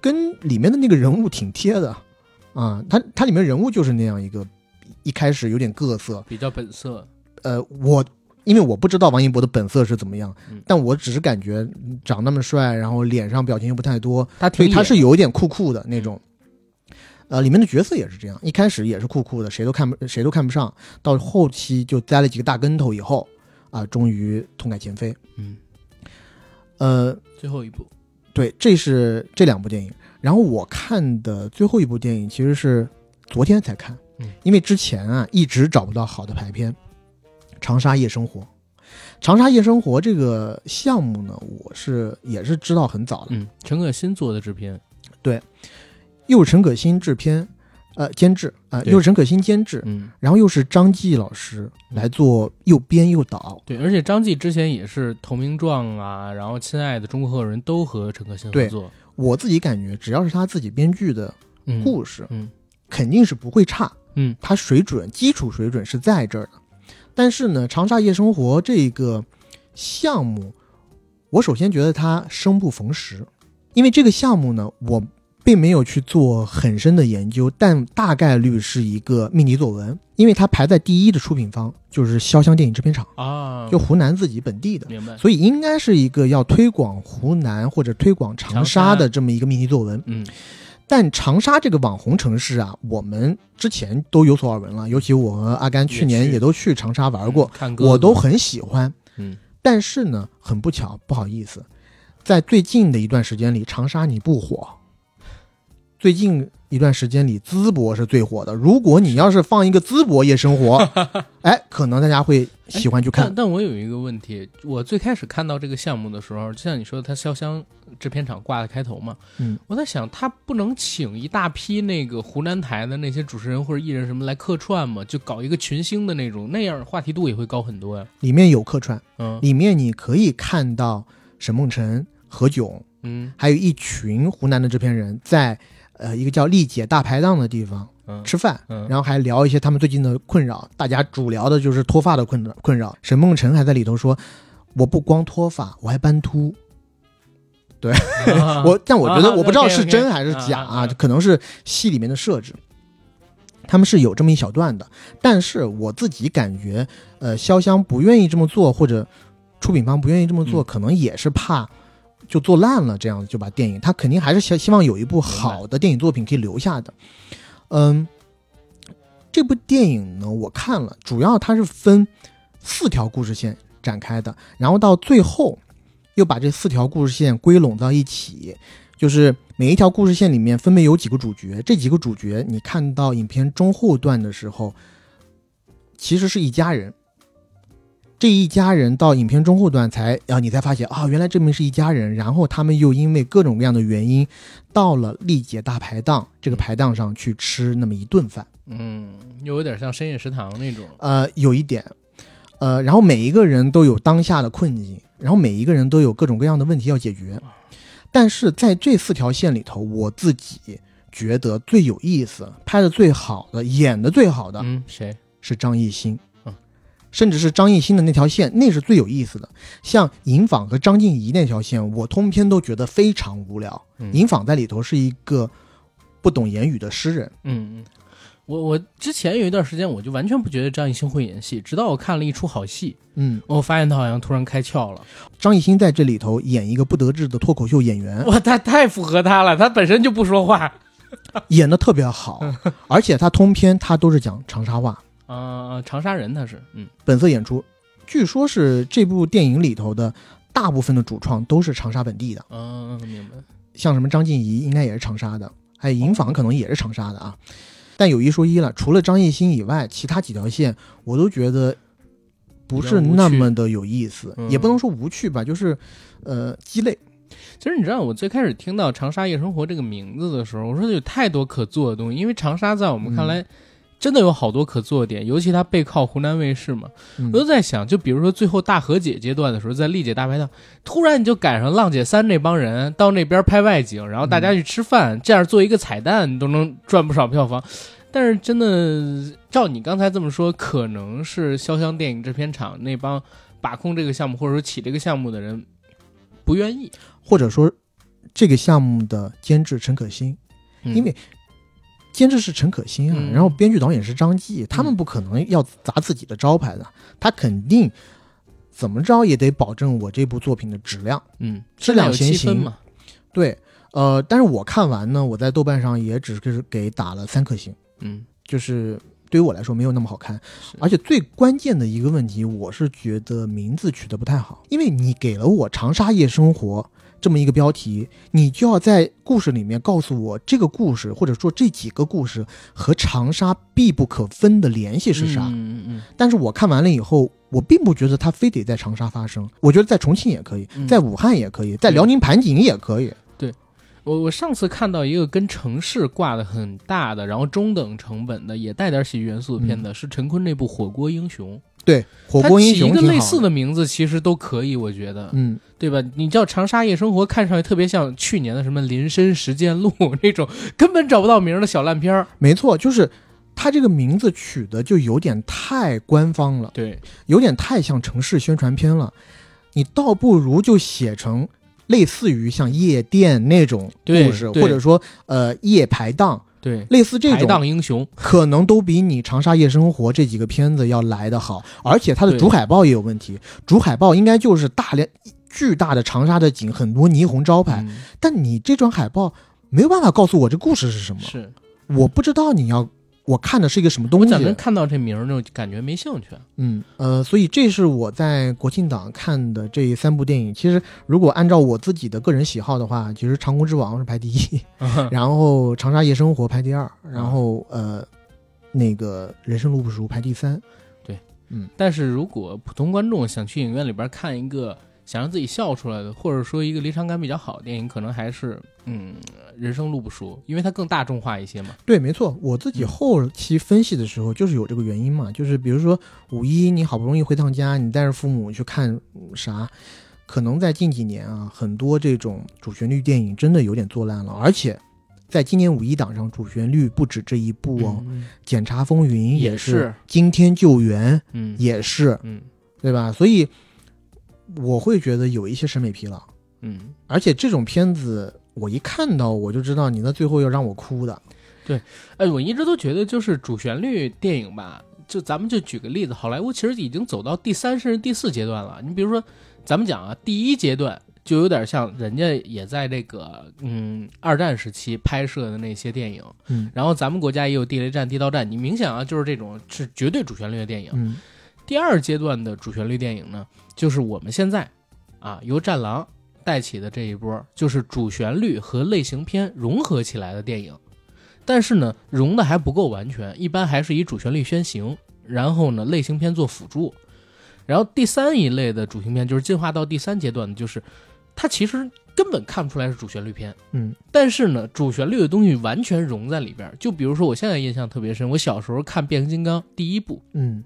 Speaker 2: 跟里面的那个人物挺贴的啊，他他里面人物就是那样一个，一开始有点各色，
Speaker 1: 比较本色，
Speaker 2: 呃，我因为我不知道王一博的本色是怎么样，
Speaker 1: 嗯
Speaker 2: 但我只是感觉嗯长那么帅，然后脸上表情又不太多，
Speaker 1: 它
Speaker 2: 所
Speaker 1: 挺
Speaker 2: 以他
Speaker 1: 野
Speaker 2: 是有一点酷酷的那种。呃，里面的角色也是这样，一开始也是酷酷的，谁都看不谁都看不上，到后期就栽了几个大跟头以后，啊、终于痛改前非。
Speaker 1: 嗯
Speaker 2: 呃，
Speaker 1: 最后一部，
Speaker 2: 对，这是这两部电影。然后我看的最后一部电影其实是昨天才看
Speaker 1: 嗯，
Speaker 2: 因为之前啊一直找不到好的排片，《长沙夜生活》长沙夜生活这个项目呢，我是也是知道很早的，
Speaker 1: 嗯，陈可辛做的制片，
Speaker 2: 又是陈可辛制片，呃，监制，呃，
Speaker 1: 对
Speaker 2: 又是陈可辛监制，
Speaker 1: 嗯，
Speaker 2: 然后又是张继老师来做又编又导，
Speaker 1: 对，而且张继之前也是《投名状》啊，然后《亲爱的中国合伙人》都和陈可辛合
Speaker 2: 对
Speaker 1: 作，
Speaker 2: 我自己感觉只要是他自己编剧的
Speaker 1: 嗯，
Speaker 2: 故事，
Speaker 1: 嗯
Speaker 2: 肯定是不会差，
Speaker 1: 嗯，
Speaker 2: 他水准基础水准是在这儿的。但是呢，长沙夜生活这个项目，我首先觉得它生不逢时，因为这个项目呢，我并没有去做很深的研究，但大概率是一个命题作文，因为它排在第一的出品方就是潇湘电影制片厂，
Speaker 1: 啊，
Speaker 2: 就湖南自己本地的。
Speaker 1: 明白，
Speaker 2: 所以应该是一个要推广湖南或者推广长沙的这么一个命题作文。
Speaker 1: 嗯
Speaker 2: 但长沙这个网红城市啊，我们之前都有所耳闻了，尤其我和阿甘去
Speaker 1: 也
Speaker 2: 年
Speaker 1: 去
Speaker 2: 也都去长沙玩过，
Speaker 1: 看歌
Speaker 2: 我都很喜欢。
Speaker 1: 嗯
Speaker 2: 但是呢，很不巧，不好意思，在最近的一段时间里，长沙你不火。最近一段时间里，淄博是最火的。如果你要是放一个淄博夜生 活，哎，可能大家会喜欢去看
Speaker 1: 但。但我有一个问题，我最开始看到这个项目的时候，就像你说的，他潇湘制片厂挂的开头嘛，
Speaker 2: 嗯，
Speaker 1: 我在想，他不能请一大批那个湖南台的那些主持人或者艺人什么来客串吗？就搞一个群星的那种，那样话题度也会高很多呀。
Speaker 2: 里面有客串，
Speaker 1: 嗯
Speaker 2: 里面你可以看到沈梦辰、何炅，
Speaker 1: 嗯
Speaker 2: 还有一群湖南的制片人在呃一个叫丽姐大排档的地方
Speaker 1: 嗯
Speaker 2: 吃饭，
Speaker 1: 嗯，
Speaker 2: 然后还聊一些他们最近的困扰。大家主聊的就是脱发的困扰困扰。沈梦辰还在里头说：“我不光脱发，我还斑秃。
Speaker 1: 啊
Speaker 2: 我但我觉得
Speaker 1: 啊
Speaker 2: 我不知道是
Speaker 1: OK，OK，
Speaker 2: 真还是假
Speaker 1: 啊啊
Speaker 2: 啊，可能是戏里面的设置。他们是有这么一小段的，但是我自己感觉，呃，潇湘不愿意这么做，或者出品方不愿意这么做，
Speaker 1: 嗯
Speaker 2: 可能也是怕就做烂了，这样就把电影，他肯定还是希希望有一部好的电影作品可以留下的。嗯，这部电影呢，我看了，主要它是分四条故事线展开的，然后到最后又把这四条故事线归拢到一起，就是每一条故事线里面分别有几个主角，这几个主角你看到影片中后段的时候，其实是一家人。这一家人到影片中后段才啊，你才发现啊，原来这明是一家人。然后他们又因为各种各样的原因，到了丽姐大排档这个排档上去吃那么一顿饭。
Speaker 1: 嗯，又有点像深夜食堂那种，
Speaker 2: 呃，有一点，呃，然后每一个人都有当下的困境，然后每一个人都有各种各样的问题要解决。但是在这四条线里头，我自己觉得最有意思、拍的最好的、演的最好的
Speaker 1: 嗯，谁？
Speaker 2: 是张艺兴啊
Speaker 1: 嗯，
Speaker 2: 甚至是张艺兴的那条线，那是最有意思的。像尹昉和张婧仪那条线，我通篇都觉得非常无聊。
Speaker 1: 嗯
Speaker 2: 尹昉在里头是一个不懂言语的诗人，
Speaker 1: 嗯，嗯，我我之前有一段时间，我就完全不觉得张艺兴会演戏，直到我看了一出好戏，
Speaker 2: 嗯，
Speaker 1: 我发现他好像突然开窍了。
Speaker 2: 张艺兴在这里头演一个不得志的脱口秀演 员，
Speaker 1: 哇，他太符合他了，他本身就不说话。
Speaker 2: 演的特别好，而且他通篇他都是讲长沙话，
Speaker 1: 啊、长沙人他是，嗯
Speaker 2: 本色演出。据说是这部电影里头的大部分的主创都是长沙本地的，
Speaker 1: 嗯、明白。
Speaker 2: 像什么张婧仪应该也是长沙的，还
Speaker 1: 哦
Speaker 2: 有尹昉可能也是长沙的啊。但有一说一了，除了张艺兴以外，其他几条线我都觉得不是那么的有意
Speaker 1: 比
Speaker 2: 思
Speaker 1: 较无，趣
Speaker 2: 也不能说无趣吧，就是呃鸡肋。
Speaker 1: 其实你知道，我最开始听到“长沙夜生活”这个名字的时候，我说有太多可做的东西，因为长沙在我们看来。真的有好多可做的点，尤其它背靠湖南卫视嘛，
Speaker 2: 嗯
Speaker 1: 我就在想，就比如说最后大和解阶段的时候，在丽姐大排档，突然你就赶上浪姐三那帮人到那边拍外景，然后大家去吃饭，这样做一个彩蛋，你都能赚不少票房。但是真的，照你刚才这么说，可能是潇湘电影制片厂那帮把控这个项目或者说起这个项目的人不愿意，
Speaker 2: 或者说这个项目的监制陈可辛，
Speaker 1: 嗯
Speaker 2: 因为监制是陈可辛啊，
Speaker 1: 嗯
Speaker 2: 然后编剧导演是张继，他们不可能要砸自己的招牌的，他肯定怎么着也得保证我这部作品的质量。
Speaker 1: 嗯
Speaker 2: 质量
Speaker 1: 现在有
Speaker 2: 先
Speaker 1: 七分
Speaker 2: 行
Speaker 1: 嘛，
Speaker 2: 对，呃，但是我看完呢，我在豆瓣上也只是给打了三颗星，
Speaker 1: 嗯
Speaker 2: 就是对于我来说没有那么好看，而且最关键的一个问题，我是觉得名字取得不太好，因为你给了我长沙夜生活。这么一个标题，你就要在故事里面告诉我这个故事或者说这几个故事和长沙密不可分的联系是啥。
Speaker 1: 嗯嗯
Speaker 2: 但是我看完了以后，我并不觉得它非得在长沙发生，我觉得在重庆也可以，
Speaker 1: 嗯
Speaker 2: 在武汉也可以，在
Speaker 1: 对
Speaker 2: 辽宁盘锦也可以。
Speaker 1: 嗯，我我上次看到一个跟城市挂的很大的，然后中等成本的，也带点喜剧元素的片子，是陈坤那部《火锅英雄》。
Speaker 2: 对，嗯火
Speaker 1: 它
Speaker 2: 锅英雄
Speaker 1: 起一个
Speaker 2: 挺
Speaker 1: 类
Speaker 2: 好
Speaker 1: 似
Speaker 2: 的，
Speaker 1: 的名字，其实都可以，我觉得，
Speaker 2: 嗯，
Speaker 1: 对吧？你叫《长沙夜生活》，看上去特别像去年的什么《林深时见录》 那种根本找不到名儿的小烂片儿。
Speaker 2: 没错，就是它这个名字取的就有点太官方了，
Speaker 1: 对，
Speaker 2: 有点太像城市宣传片了。你倒不如就写成类似于像夜店那种
Speaker 1: 对
Speaker 2: 故事，
Speaker 1: 对
Speaker 2: 或者说呃夜排档，
Speaker 1: 对，
Speaker 2: 类似这
Speaker 1: 排
Speaker 2: 种，
Speaker 1: 档英雄，
Speaker 2: 可能都比你《长沙夜生活》这几个片子要来得好。而且它的
Speaker 1: 对
Speaker 2: 主海报也有问题，主海报应该就是大量巨大的长沙的景，很多霓虹招牌，
Speaker 1: 嗯
Speaker 2: 但你这张海报没有办法告诉我这故事是什么。
Speaker 1: 是
Speaker 2: 我不知道你要我看的是一个什么
Speaker 1: 我
Speaker 2: 东
Speaker 1: 怎么
Speaker 2: 西。
Speaker 1: 看到这名儿就感觉没兴趣？
Speaker 2: 嗯，呃，所以这是我在国庆档看的这三部电影。其实如果按照我自己的个人喜好的话，其实《长空之王》是排 第一，然后《长沙夜生活》排第二，
Speaker 1: 啊
Speaker 2: 然后呃，那个《人生路不熟》排第三。
Speaker 1: 但是如果普通观众想去影院里边看一个想让自己笑出来的，或者说一个离场感比较好的电影，可能还是嗯，人生路不熟，因为它更大众化一些嘛。
Speaker 2: 对，没错，我自己
Speaker 1: 嗯
Speaker 2: 后期分析的时候就是有这个原因嘛，就是比如说五一你好不容易回趟家，你带着父母去看嗯啥，可能在近几年啊，很多这种主旋律电影真的有点做烂了，而且在今年五一档上，主旋律不止这一部哦，
Speaker 1: 嗯
Speaker 2: 检察风云》
Speaker 1: 也
Speaker 2: 是，
Speaker 1: 是
Speaker 2: 惊天救援》
Speaker 1: 嗯
Speaker 2: 也是，
Speaker 1: 嗯
Speaker 2: 对吧？所以我会觉得有一些审美疲劳，
Speaker 1: 嗯，
Speaker 2: 而且这种片子我一看到我就知道你那最后要让我哭的，
Speaker 1: 哎，我一直都觉得就是主旋律电影吧，就咱们就举个例子，好莱坞其实已经走到第三甚至第四阶段了。你比如说，咱们讲啊，第一阶段就有点像人家也在这个嗯二战时期拍摄的那些电影，
Speaker 2: 嗯
Speaker 1: 然后咱们国家也有地雷战、地道战，你明显啊就是这种是绝对主旋律的电影。
Speaker 2: 嗯
Speaker 1: 第二阶段的主旋律电影呢，就是我们现在啊由《战狼》带起的这一波，就是主旋律和类型片融合起来的电影。但是呢，融的还不够完全，一般还是以主旋律先行，然后呢类型片做辅助。然后第三一类的主旋律片就是进化到第三阶段的，就是它其实根本看不出来是主旋律片，
Speaker 2: 嗯
Speaker 1: 但是呢，主旋律的东西完全融在里边儿。就比如说，我现在印象特别深，我小时候看《变形金刚》第一部，
Speaker 2: 嗯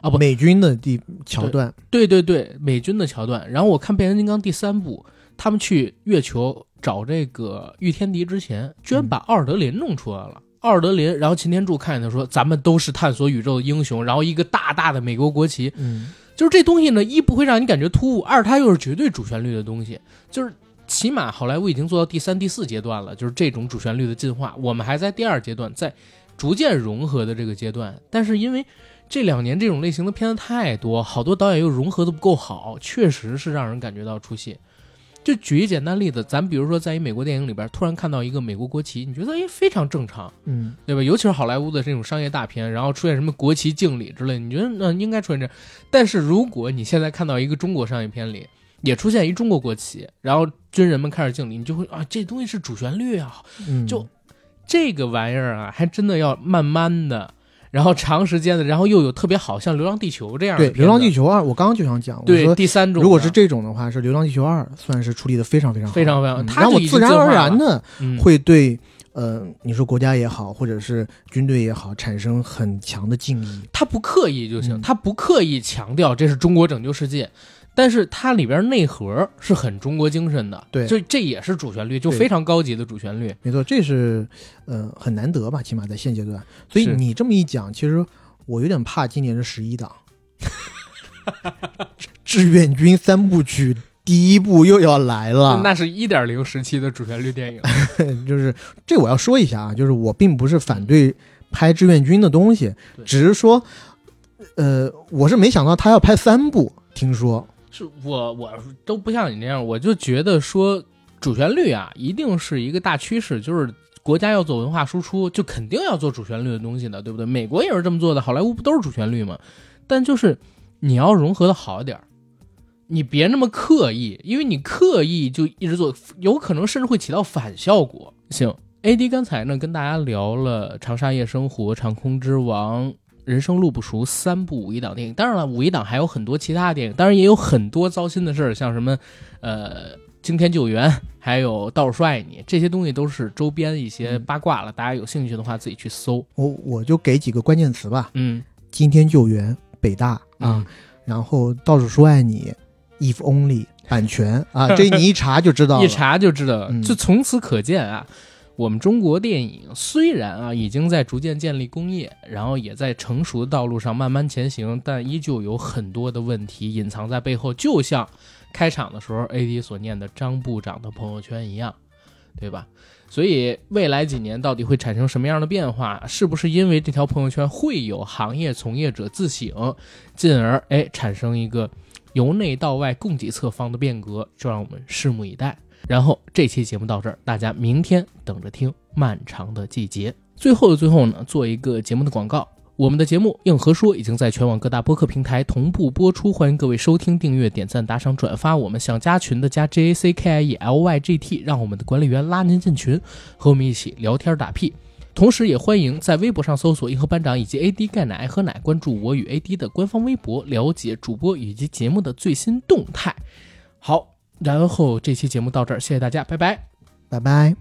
Speaker 1: 啊不
Speaker 2: 美军的地桥段，
Speaker 1: 对对对，美军的桥段。然后我看《变形金刚》第三部，他们去月球找这个御天敌之前，居然把奥尔德林弄出来了。奥尔德林，然后擎天柱看见他说：“咱们都是探索宇宙的英雄。”然后一个大大的美国国旗，
Speaker 2: 嗯
Speaker 1: 就是这东西呢，一不会让你感觉突兀，二它又是绝对主旋律的东西，就是起码好莱坞已经做到第三、第四阶段了，就是这种主旋律的进化，我们还在第二阶段，在逐渐融合的这个阶段。但是因为这两年这种类型的片子太多，好多导演又融合的不够好，确实是让人感觉到出戏。就举一简单例子，咱比如说在一美国电影里边突然看到一个美国国旗，你觉得哎非常正常，
Speaker 2: 嗯
Speaker 1: 对吧？尤其是好莱坞的这种商业大片，然后出现什么国旗敬礼之类，你觉得那、应该出现这样？但是如果你现在看到一个中国商业片里也出现一中国国旗，然后军人们开始敬礼，你就会啊，这东西是主旋律啊，
Speaker 2: 嗯，
Speaker 1: 就这个玩意儿啊，还真的要慢慢的，然后长时间的，然后又有特别好像《流浪地球》这样的
Speaker 2: 对《流浪地
Speaker 1: 球
Speaker 2: 球二》，我刚刚就想讲，》我
Speaker 1: 对
Speaker 2: 说
Speaker 1: 第三种的，
Speaker 2: 如果是这种的话，是《流浪地球二》算是处理的非常非常好，
Speaker 1: 非常非常
Speaker 2: 嗯
Speaker 1: 它
Speaker 2: 让
Speaker 1: 就
Speaker 2: 我
Speaker 1: 已
Speaker 2: 自
Speaker 1: 经
Speaker 2: 然
Speaker 1: 进
Speaker 2: 而
Speaker 1: 化
Speaker 2: 然
Speaker 1: 了
Speaker 2: 的
Speaker 1: 嗯
Speaker 2: 会对呃，你说国家也好，或者是军队也好，产生很强的敬意。
Speaker 1: 他不刻意就行，
Speaker 2: 嗯
Speaker 1: 他不刻意强调这是中国拯救世界，但是它里边内核是很中国精神的，
Speaker 2: 对
Speaker 1: 就这也是主旋律，就
Speaker 2: 对
Speaker 1: 非常高级的主旋律，
Speaker 2: 没错，这是呃很难得吧，起码在现阶段。所以
Speaker 1: 是
Speaker 2: 你这么一讲，其实我有点怕今年的十一档，志愿军三部曲第一部又要来了。
Speaker 1: 那是一点零时期的主旋律电影，
Speaker 2: 就是这我要说一下啊，就是我并不是反对拍志愿军的东西
Speaker 1: 对，
Speaker 2: 只是说，呃，我是没想到他要拍三部，听说，
Speaker 1: 是我我都不像你这样，我就觉得说主旋律啊，一定是一个大趋势，就是。国家要做文化输出，就肯定要做主旋律的东西的，对不对？美国也是这么做的，好莱坞不都是主旋律吗？但就是你要融合的好一点儿，你别那么刻意，因为你刻意就一直做，有可能甚至会起到反效果。行，AD 刚才呢跟大家聊了《长沙夜生活》《长空之王》《人生路不熟》三部五一档电影，当然了，五一档还有很多其他的电影，当然也有很多糟心的事儿，像什么呃。惊天救援，还有道士爱你，这些东西都是周边一些八卦了。大家有兴趣的话，自己去搜。
Speaker 2: 我我就给几个关键词吧：
Speaker 1: 嗯
Speaker 2: 今天救援、北大啊，，然后到处说爱你、If Only、版权 啊，这你一查就知道了。
Speaker 1: 一查就知道了。
Speaker 2: 嗯
Speaker 1: 就从此可见啊，我们中国电影虽然啊已经在逐渐建立工业，然后也在成熟的道路上慢慢前行，但依旧有很多的问题隐藏在背后。就像开场的时候 AD 所念的张部长的朋友圈一样，对吧？所以未来几年到底会产生什么样的变化？是不是因为这条朋友圈会有行业从业者自省，进而哎产生一个由内到外供给侧方的变革？就让我们拭目以待。然后这期节目到这儿，大家明天等着听《漫长的季节》。最后的最后呢，做一个节目的广告。我们的节目《硬核说》已经在全网各大播客平台同步播出，欢迎各位收听、订阅、点赞、打赏、转发。我们想加群的加 J A C K I E L Y G T，让我们的管理员拉您进群，和我们一起聊天打屁。同时，也欢迎在微博上搜索“硬核班长”以及 “AD 钙奶爱喝奶”，关注我与 AD 的官方微博，了解主播以及节目的最新动态。好，然后这期节目到这儿，谢谢大家，拜拜。
Speaker 2: 拜拜。